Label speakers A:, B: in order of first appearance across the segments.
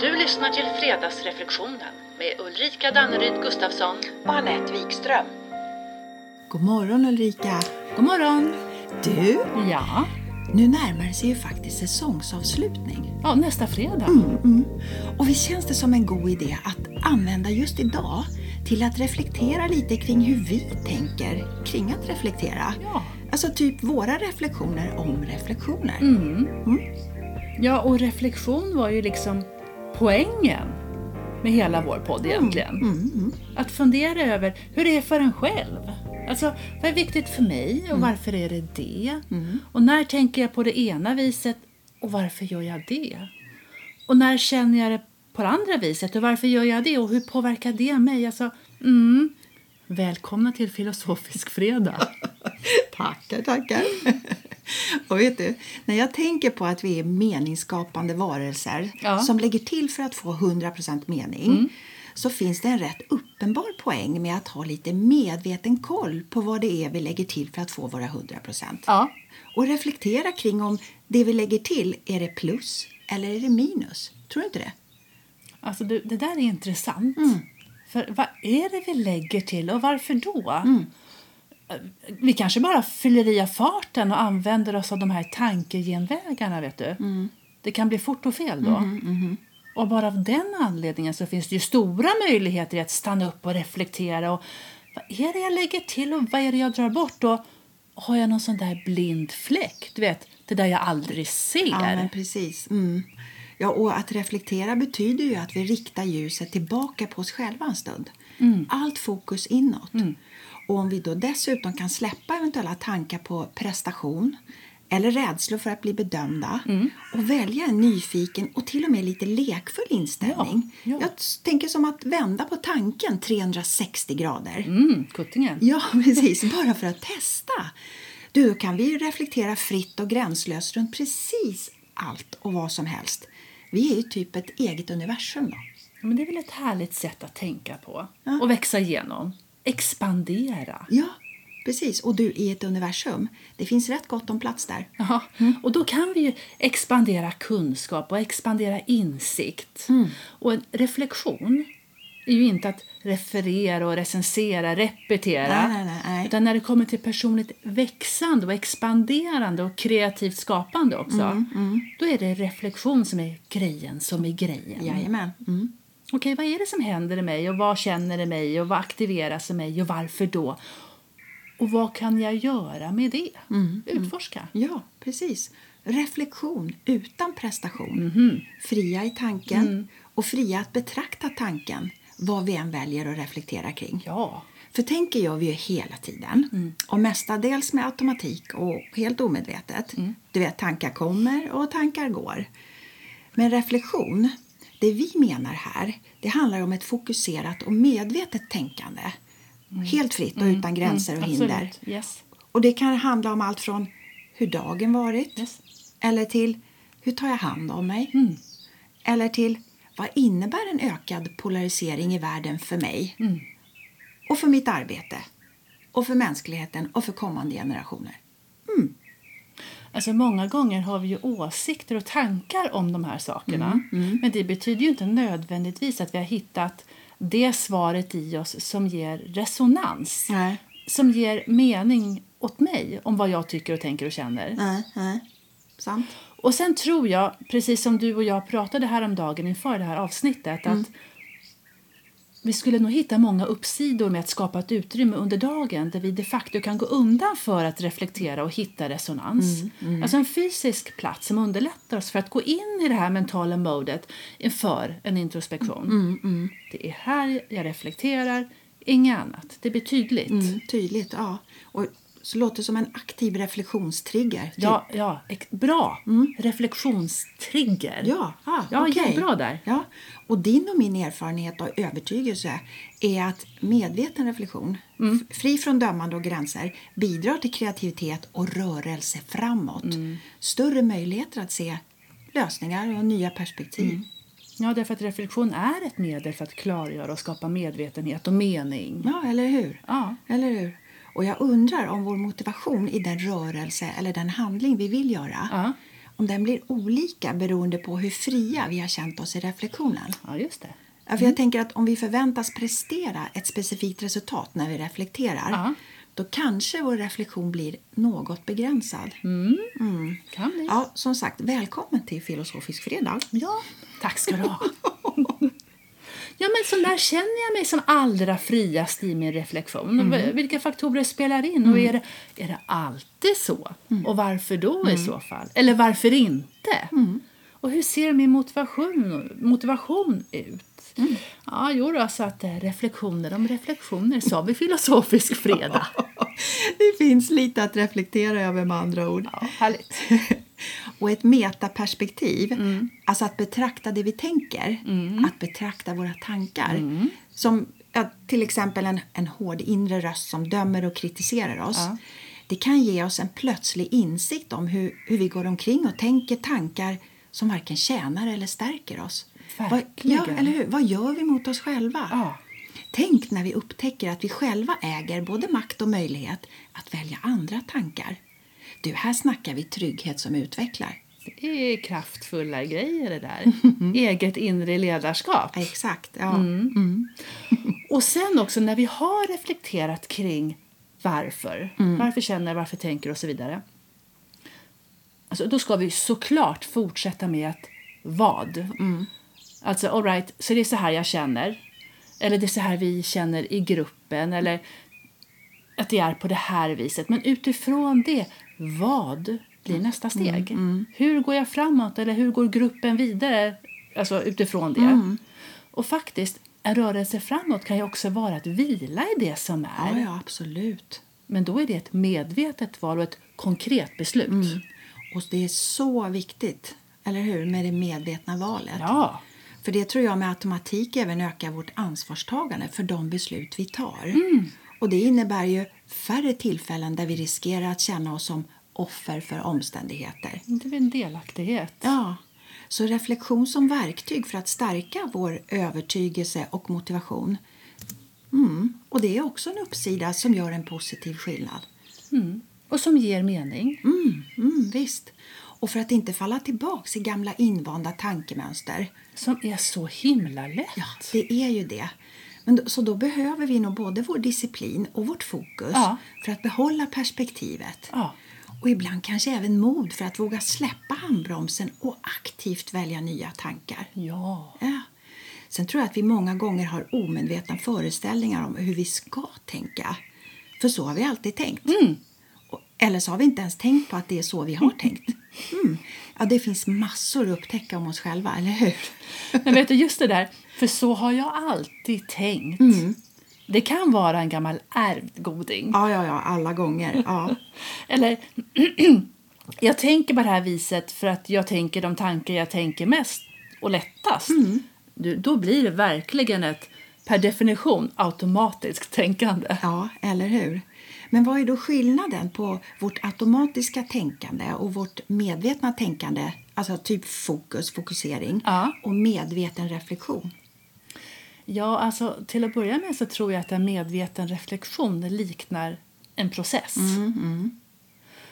A: Du lyssnar till Fredagsreflektionen med Ulrika Danneryd Gustafsson.
B: och Anette Wikström.
C: God morgon Ulrika!
A: God morgon!
C: Du,
A: Ja.
C: nu närmar sig ju faktiskt säsongsavslutning. Mm,
A: ja, nästa fredag.
C: Och visst känns det som en god idé att använda just idag till att reflektera lite kring hur vi tänker kring att reflektera.
A: Ja.
C: Alltså typ våra reflektioner om reflektioner.
A: ja, och reflektion var ju liksom poängen med hela vår podd egentligen. Att fundera över hur det är för en själv. Alltså, vad är viktigt för mig och varför är det det? Och när tänker jag på det ena viset och varför gör jag det? Och när känner jag det på det andra viset och varför gör jag det och hur påverkar det mig? Alltså, mm. Välkomna till Filosofisk fredag.
C: Tackar, tackar. Och vet du, när jag tänker på att vi är meningsskapande varelser
A: Ja. Mm.
C: som lägger till för att få 100% mening så finns det en rätt uppenbar poäng med att ha lite medveten koll på vad det är vi lägger till för att få våra 100%.
A: Ja.
C: Och reflektera kring om det vi lägger till, är det plus eller är det minus? Tror du inte det?
A: Alltså du, det där är intressant.
C: Mm.
A: För vad är det vi lägger till och varför då?
C: Mm.
A: Vi kanske bara fyller i av farten och använder oss av de här tankegenvägarna, vet du.
C: Mm.
A: Det kan bli fort och fel då.
C: Mm-hmm,
A: Och bara av den anledningen så finns det ju stora möjligheter i att stanna upp och reflektera. Och vad är det jag lägger till och vad är det jag drar bort? Och har jag någon sån där blind fläck? Du vet, det där jag aldrig ser.
C: Ja, men precis. Mm. Ja, och att reflektera betyder ju att vi riktar ljuset tillbaka på oss själva en stund.
A: Mm.
C: Allt fokus inåt. Och om vi då dessutom kan släppa eventuella tankar på prestation eller rädslor för att bli bedömda
A: Mm.
C: och välja en nyfiken och till och med lite lekfull inställning.
A: Ja, ja.
C: Jag t- tänker som att vända på tanken 360 grader.
A: Mm, kuttingen.
C: Ja, precis. Bara för att testa. Du, då kan vi ju reflektera fritt och gränslöst runt precis allt och vad som helst. Vi är ju typ ett eget universum då.
A: Ja, Men det är väl ett härligt sätt att tänka på och växa igenom. Expandera.
C: Ja, precis. Och du, i ett universum. Det finns rätt gott om plats där.
A: Ja, Mm.
C: Mm.
A: och då kan vi ju expandera kunskap och expandera insikt.
C: Mm.
A: Och en reflektion är ju inte att referera och recensera, repetera.
C: Nej, nej, nej, nej.
A: Utan när det kommer till personligt växande och expanderande och kreativt skapande också.
C: Mm,
A: Då är det reflektion som är grejen som är grejen.
C: Jajamän. Mm.
A: Okej, vad är det som händer i mig och vad känner i mig och vad aktiveras i mig och varför då? Och vad kan jag göra med det?
C: Mm,
A: Utforska.
C: Ja, precis. Reflektion utan prestation. Fria i tanken och fria att betrakta tanken vad vi än väljer att reflektera kring.
A: Ja.
C: För tänker gör vi ju hela tiden. Och mestadels med automatik och helt omedvetet. Du vet, tankar kommer och tankar går. Men reflektion, det vi menar här, det handlar om ett fokuserat och medvetet tänkande. Helt fritt och utan gränser och hinder.
A: Mm. Absolut. Yes.
C: Och det kan handla om allt från hur dagen varit
A: Yes.
C: eller till hur tar jag hand om mig? Eller till vad innebär en ökad polarisering i världen för mig? Och för mitt arbete? Och för mänskligheten och för kommande generationer?
A: Alltså många gånger har vi ju åsikter och tankar om de här sakerna.
C: Mm,
A: Men det betyder ju inte nödvändigtvis att vi har hittat det svaret i oss som ger resonans.
C: Nej.
A: Som ger mening åt mig om vad jag tycker och tänker och känner.
C: Nej, nej. Sant?
A: Och sen tror jag, precis som du och jag pratade häromdagen inför det här avsnittet,
C: Mm.
A: att vi skulle nog hitta många uppsidor med att skapa ett utrymme under dagen där vi de facto kan gå undan för att reflektera och hitta resonans.
C: Mm,
A: Alltså en fysisk plats som underlättar oss för att gå in i det här mentala modet inför en introspektion.
C: Mm,
A: Det är här jag reflekterar, inget annat. Det blir tydligt.
C: Mm, tydligt, ja. Och så låter det som en aktiv reflektionstrigger. typ.
A: Ja, ja, ex- bra! Reflektionstrigger.
C: Mm. Ja, ah,
A: ja
C: okej.
A: jättebra där.
C: Ja. Och din och min erfarenhet och övertygelse är att medveten reflektion,
A: Mm.
C: f- fri från dömande och gränser, bidrar till kreativitet och rörelse framåt.
A: Mm.
C: Större möjligheter att se lösningar och nya perspektiv.
A: Mm. Ja, därför att reflektion är ett medel för att klargöra och skapa medvetenhet och mening.
C: Ja, eller hur?
A: Ja.
C: Eller hur? Och jag undrar om vår motivation i den rörelse eller den handling vi vill göra,
A: Ja.
C: om den blir olika beroende på hur fria vi har känt oss i reflektionen.
A: Ja, just det.
C: Ja, för Jag tänker att om vi förväntas prestera ett specifikt resultat när vi reflekterar
A: Ja.
C: då kanske vår reflektion blir något begränsad.
A: Mm. Kan bli.
C: Ja, som sagt, välkommen till Filosofisk fredag.
A: Ja, tack ska du ha. Ja, men så när känner jag mig som allra friast i min reflektion? Vilka faktorer spelar in? Och är det, är det alltid så? Och varför då i så fall? Eller varför inte? Och hur ser min motivation, motivation ut? Ja, jo då, så att eh, reflektioner om reflektioner sa vi filosofisk fredag.
C: Det finns lite att reflektera över med andra ord.
A: Ja, härligt.
C: och ett metaperspektiv, alltså att betrakta det vi tänker, att betrakta våra tankar. Som ja, till exempel en, en hård inre röst som dömer och kritiserar oss. Det kan ge oss en plötslig insikt om hur, hur vi går omkring och tänker tankar som varken tjänar eller stärker oss. Vad,
A: Verkligen.
C: ja, eller hur? Vad gör vi mot oss själva?
A: Ja.
C: Tänk när vi upptäcker att vi själva äger både makt och möjlighet att välja andra tankar. Du, här snackar vi trygghet som utvecklar.
A: Det är kraftfulla grejer det där. Eget inre ledarskap.
C: Ja, exakt. Ja.
A: Och sen också när vi har reflekterat kring varför. Varför känner, varför tänker och så vidare. Alltså, då ska vi såklart fortsätta med att vad. Alltså, all right, så det är så här jag känner. Eller det är så här vi känner i gruppen. Eller att det är på det här viset. Men utifrån det, vad blir nästa steg? Hur går jag framåt eller hur går gruppen vidare? Alltså utifrån det. Och faktiskt, en rörelse framåt kan ju också vara att vila i det som är.
C: ja, ja, absolut.
A: Men då är det ett medvetet val och ett konkret beslut.
C: Och det är så viktigt, eller hur, med det medvetna valet.
A: Ja.
C: För det tror jag med automatik även ökar vårt ansvarstagande för de beslut vi tar. Och det innebär ju färre tillfällen där vi riskerar att känna oss som offer för omständigheter.
A: Det är väl en delaktighet.
C: Ja, så reflektion som verktyg för att stärka vår övertygelse och motivation. Mm. Och det är också en uppsida som gör en positiv skillnad.
A: Mm. Och som ger mening.
C: Mm, mm, visst. Och för att inte falla tillbaks i gamla invanda tankemönster.
A: Som är så himla lätt.
C: Ja, det är ju det. Men då, så då behöver vi nog både vår disciplin och vårt fokus
A: Ja.
C: för att behålla perspektivet.
A: Ja.
C: Och ibland kanske även mod för att våga släppa handbromsen och aktivt välja nya tankar.
A: ja.
C: Ja. Sen tror jag att vi många gånger har omedvetna föreställningar om hur vi ska tänka. För så har vi alltid tänkt. Och- Eller så har vi inte ens tänkt på att det är så vi har tänkt. Mm. Ja, det finns massor att upptäcka om oss själva, eller hur?
A: Men vet du, just det där, för så har jag alltid tänkt. Det kan vara en gammal ärvd goding.
C: Mm. Ja, ja, ja, alla gånger. Ja.
A: Eller, jag tänker på det här viset för att jag tänker de tankar jag tänker mest och lättast.
C: Mm.
A: Du, då blir det verkligen ett, per definition, automatiskt tänkande.
C: ja, eller hur? Men vad är då skillnaden på vårt automatiska tänkande och vårt medvetna tänkande, alltså typ fokus, fokusering,
A: Ja.
C: och medveten reflektion?
A: Ja, alltså till att börja med så tror jag att en medveten reflektion liknar en process.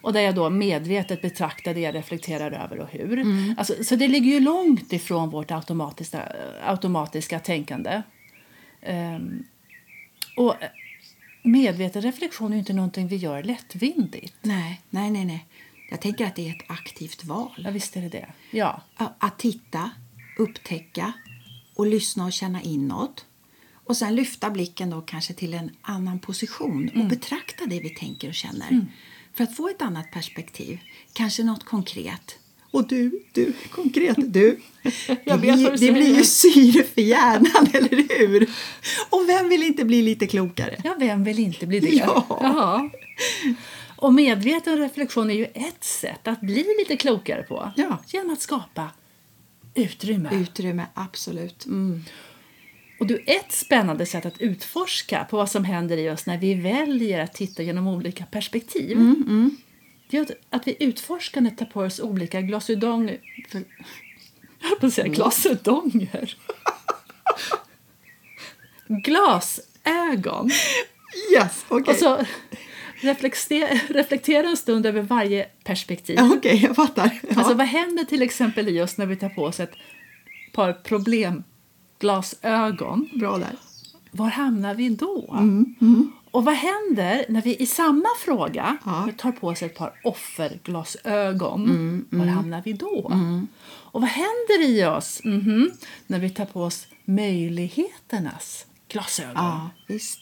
A: Och där jag då medvetet betraktar det jag reflekterar över och hur. Alltså, så det ligger ju långt ifrån vårt automatiska, automatiska tänkande. Ehm, och medveten reflektion är ju inte någonting vi gör lättvindigt.
C: Nej, nej, nej, nej. Jag tänker att det är ett aktivt val.
A: Ja, visst är det det. Ja.
C: Ja, Att titta, upptäcka och lyssna och känna inåt. Och sen lyfta blicken då kanske till en annan position
A: Mm.
C: och betrakta det vi tänker och känner. För att få ett annat perspektiv, kanske något konkret. Och du, du, konkret du.
A: Jag
C: det
A: vet
C: blir, ju-
A: vad du
C: det blir
A: säger.
C: ju syre för hjärnan, eller hur? Och vem vill inte bli lite klokare?
A: Ja, vem vill inte bli det?
C: Ja.
A: Ja. Och medveten reflektion är ju ett sätt att bli lite klokare på.
C: Ja.
A: Genom att skapa utrymme.
C: Utrymme, absolut. Mm.
A: Och du, ett spännande sätt att utforska på vad som händer i oss när vi väljer att titta genom olika perspektiv.
C: Mm,
A: Det är att, att vi utforskande tar på oss olika glasudonger.
C: För-
A: Jag höll på att
C: Mm.
A: säga glasudonger. Glasögon.
C: Yes, okej.
A: Och så Reflexte- reflektera en stund över varje perspektiv.
C: Ja, Okej, jag fattar. Ja.
A: Alltså, vad händer till exempel i oss när vi tar på oss ett par problemglasögon?
C: Bra där.
A: Var hamnar vi då?
C: Mm,
A: Och vad händer när vi i samma fråga
C: Ja. Mm,
A: tar på oss ett par offerglasögon? Var hamnar vi då? Och vad händer i oss mhm, när vi tar på oss möjligheternas glasögon?
C: Ja, visst.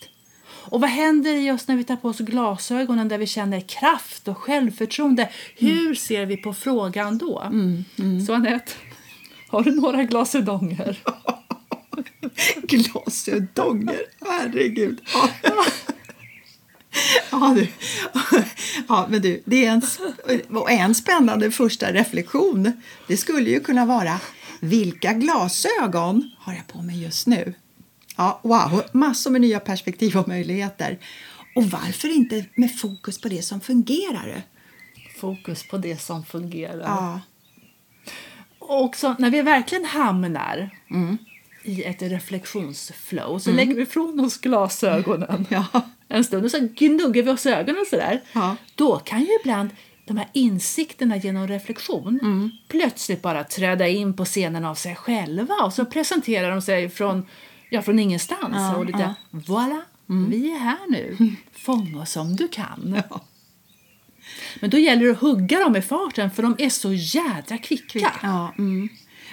A: Och vad händer i oss när vi tar på oss glasögonen där vi känner kraft och självförtroende? Hur ser vi på frågan då? Så Anette, har du några glasedonger?
C: Glasödonger, herregud. Ja. Ja, du. ja, men du, det är en, sp- och en spännande första reflektion. Det skulle ju kunna vara vilka glasögon har jag på mig just nu? Ja, wow, massor med nya perspektiv och möjligheter. Och varför inte med fokus på det som fungerar?
A: Fokus på det som fungerar.
C: Ja,
A: Och också när vi verkligen hamnar i ett reflektionsflow så lägger vi ifrån oss glasögonen
C: Mm. Ja.
A: en stund och så gnuggar vi oss i ögonen sådär.
C: Ja.
A: Då kan ju ibland de här insikterna genom reflektion
C: Mm.
A: plötsligt bara träda in på scenen av sig själva och så presenterar de sig från, ja, från ingenstans.
C: Ja, Mm.
A: och lite, voilà, vi är här nu. Fånga oss om du kan.
C: ja.
A: Men då gäller det att hugga dem i farten för de är så jädra kvicka.
C: Ja, mm.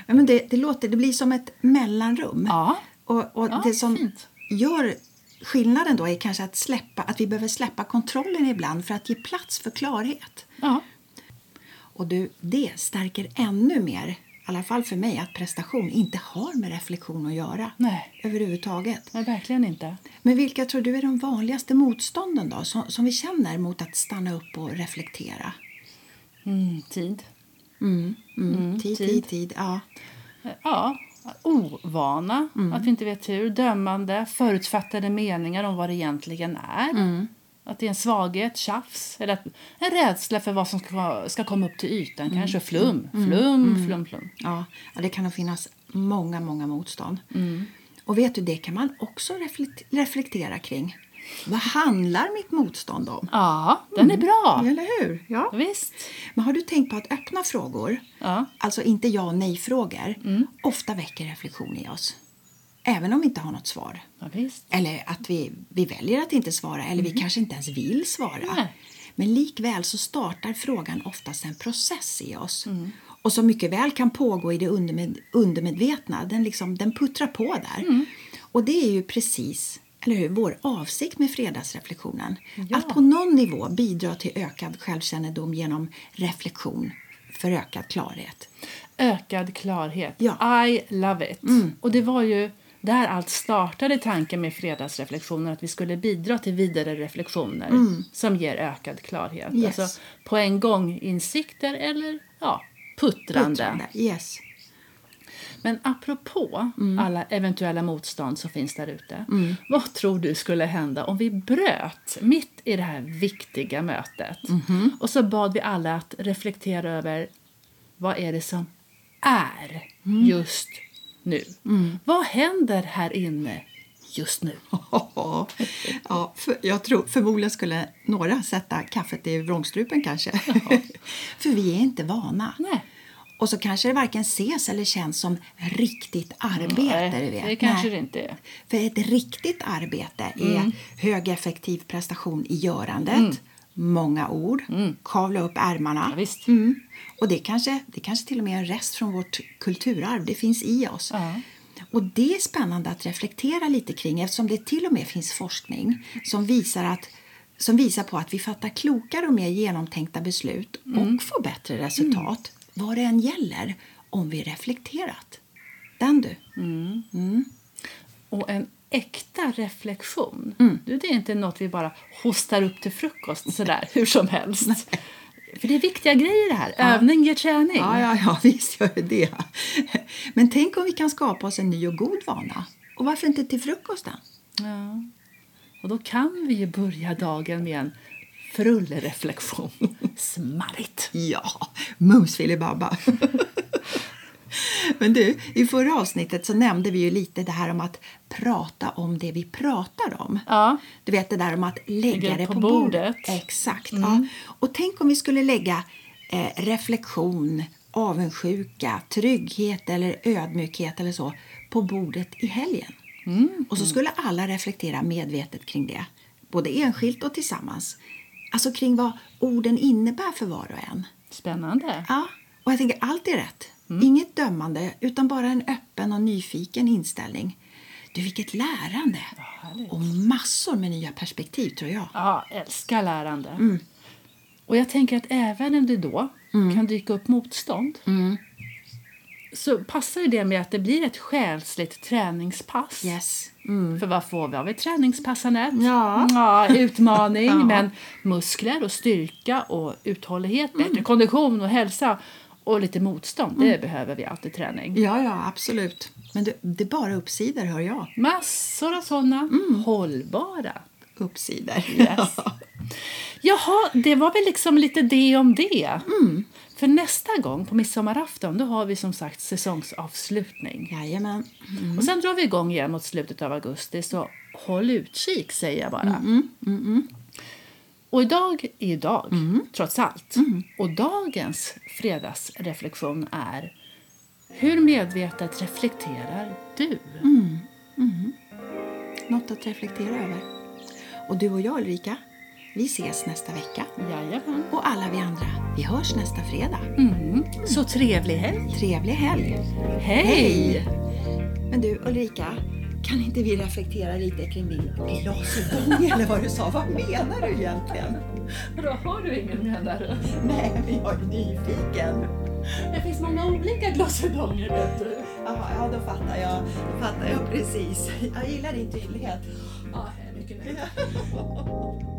C: ja, men det, det, låter, det blir som ett mellanrum.
A: Ja.
C: Och, och
A: Ja,
C: det som
A: fint.
C: gör skillnaden då är kanske att, släppa, att vi behöver släppa kontrollen ibland för att ge plats för klarhet.
A: Ja.
C: Och du, det stärker ännu mer, i alla fall för mig, att prestation inte har med reflektion att göra.
A: Nej.
C: Överhuvudtaget.
A: Nej, verkligen inte.
C: Men vilka tror du är de vanligaste motstånden då, som, som vi känner mot att stanna upp och reflektera?
A: Mm, tid.
C: Mm, mm. tid,
A: tid.
C: tid, tid, Ja.
A: Ja. Ovana, att vi inte vet hur. Dömande, förutfattade meningar om vad det egentligen är. Att det är en svaghet, tjafs, eller att, en rädsla för vad som ska, ska komma upp till ytan. Kanske flum, flum, flum, flum.
C: Ja, ja, det kan nog finnas många, många motstånd.
A: Mm.
C: Och vet du, det kan man också reflekt- reflektera kring. Vad handlar mitt motstånd om?
A: Ja, Mm. den är bra.
C: Eller hur? Ja.
A: Visst.
C: Men har du tänkt på att öppna frågor,
A: Ja. Mm.
C: alltså inte ja och nej-frågor, ofta väcker reflektion i oss? Även om vi inte har något svar.
A: Ja, visst.
C: Eller att vi, vi väljer att inte svara, eller vi kanske inte ens vill svara.
A: Nej.
C: Men likväl så startar frågan oftast en process i oss. Och som mycket väl kan pågå i det undermed, undermedvetna. Den, liksom, den puttrar på där. Och det är ju precis eller hur, vår avsikt med fredagsreflektionen. Att på någon nivå bidra till ökad självkännedom genom reflektion för ökad klarhet.
A: Ökad klarhet.
C: Ja. Mm.
A: I love it. Och det var ju där allt startade tanken med fredagsreflektioner, att vi skulle bidra till vidare reflektioner som ger ökad klarhet.
C: Mm. Yes.
A: Alltså på en gång insikter eller ja, puttrande.
C: Puttrande. Yes.
A: Men apropå alla eventuella motstånd som finns där ute. Vad tror du skulle hända om vi bröt mitt i det här viktiga mötet och så bad vi alla att reflektera över vad är det som är just nu? Vad händer här inne just nu?
C: ja, för, jag tror förmodligen skulle några sätta kaffet i vrångstrupen kanske. för vi är inte vana.
A: Nej.
C: Och så kanske det varken ses eller känns som riktigt arbete. du vet.
A: det kanske det Mm.
C: Nej.
A: inte är.
C: För ett riktigt arbete är högeffektiv prestation i görandet, många ord, kavla upp ärmarna.
A: Mm. Ja, visst.
C: Mm. Och det kanske, det kanske till och med är en rest från vårt kulturarv. Det finns i oss.
A: Ja.
C: Och Det är spännande att reflektera lite kring eftersom det till och med finns forskning som visar, att, som visar på att vi fattar klokare och mer genomtänkta beslut
A: Mm.
C: och får bättre resultat vad det än gäller om vi reflekterat. Den du!
A: Och en äkta reflektion,
C: Mm.
A: du, det är inte något vi bara hostar upp till frukost sådär hur som helst. För det är viktiga grejer det här. Övning ger träning.
C: Ja, ja, ja, visst gör det det. Men tänk om vi kan skapa oss en ny och god vana. Och varför inte till frukosten?
A: Ja. Och då kan vi ju börja dagen med en frullereflektion. Smarrigt!
C: Ja, mums filibabba! Men du, i förra avsnittet så nämnde vi ju lite det här om att prata om det vi pratar om.
A: Ja.
C: Du vet det där om att lägga
A: Lägga
C: det
A: på
C: på, bordet.
A: bordet. Mm.
C: Exakt. Ja. Och tänk om vi skulle lägga eh, reflektion, avundsjuka, trygghet eller ödmjukhet eller så på bordet i helgen.
A: Mm,
C: Och så skulle alla reflektera medvetet kring det, både enskilt och tillsammans. Alltså kring vad orden innebär för var och en.
A: Spännande.
C: Ja, och jag tänker allt är rätt.
A: Mm.
C: Inget dömande, utan bara en öppen och nyfiken inställning. Du, vilket lärande!
A: härligt.
C: och massor med nya perspektiv, tror jag.
A: Ja, älskar lärande.
C: Mm.
A: Och jag tänker att även om det då kan dyka upp motstånd
C: Mm.
A: så passar ju det med att det blir ett själsligt träningspass.
C: Yes.
A: För vad får vi av ett träningspass, Anette?
C: Mm. Ja.
A: Utmaning,
C: Ja.
A: men muskler och styrka och uthållighet,
C: Mm.
A: bättre kondition och hälsa och lite motstånd. Det behöver vi alltid träning.
C: Ja, ja, absolut. Men det, det är bara uppsidor, hör jag.
A: Massor av sådana
C: Mm.
A: hållbara.
C: Uppsidor.
A: Yes. Jaha, det var väl liksom lite det om det.
C: Mm.
A: För nästa gång på midsommarafton då har vi som sagt säsongsavslutning.
C: Jajamän.
A: Och sen drar vi igång igen mot slutet av augusti så håll utkik säger jag bara. mm, Och idag är idag, trots allt. Och dagens fredagsreflektion är Hur medvetet reflekterar du?
C: Något att reflektera över. Och du och jag, Ulrika, vi ses nästa vecka.
A: Jajamän.
C: Och alla vi andra, vi hörs nästa fredag.
A: Mm. Så trevlig helg!
C: Trevlig helg!
A: Hej.
C: Men du Ulrika, kan inte vi reflektera lite kring din glasögon eller vad du sa? Vad menar du egentligen?
A: Då har du ingen menar du?
C: Nej, men jag är nyfiken.
A: Det finns många olika glasögoner vet du.
C: Ja, ja då fattar jag. Då fattar jag precis. Jag gillar din tydlighet.
A: Ja, mycket nöjd.
C: Ja.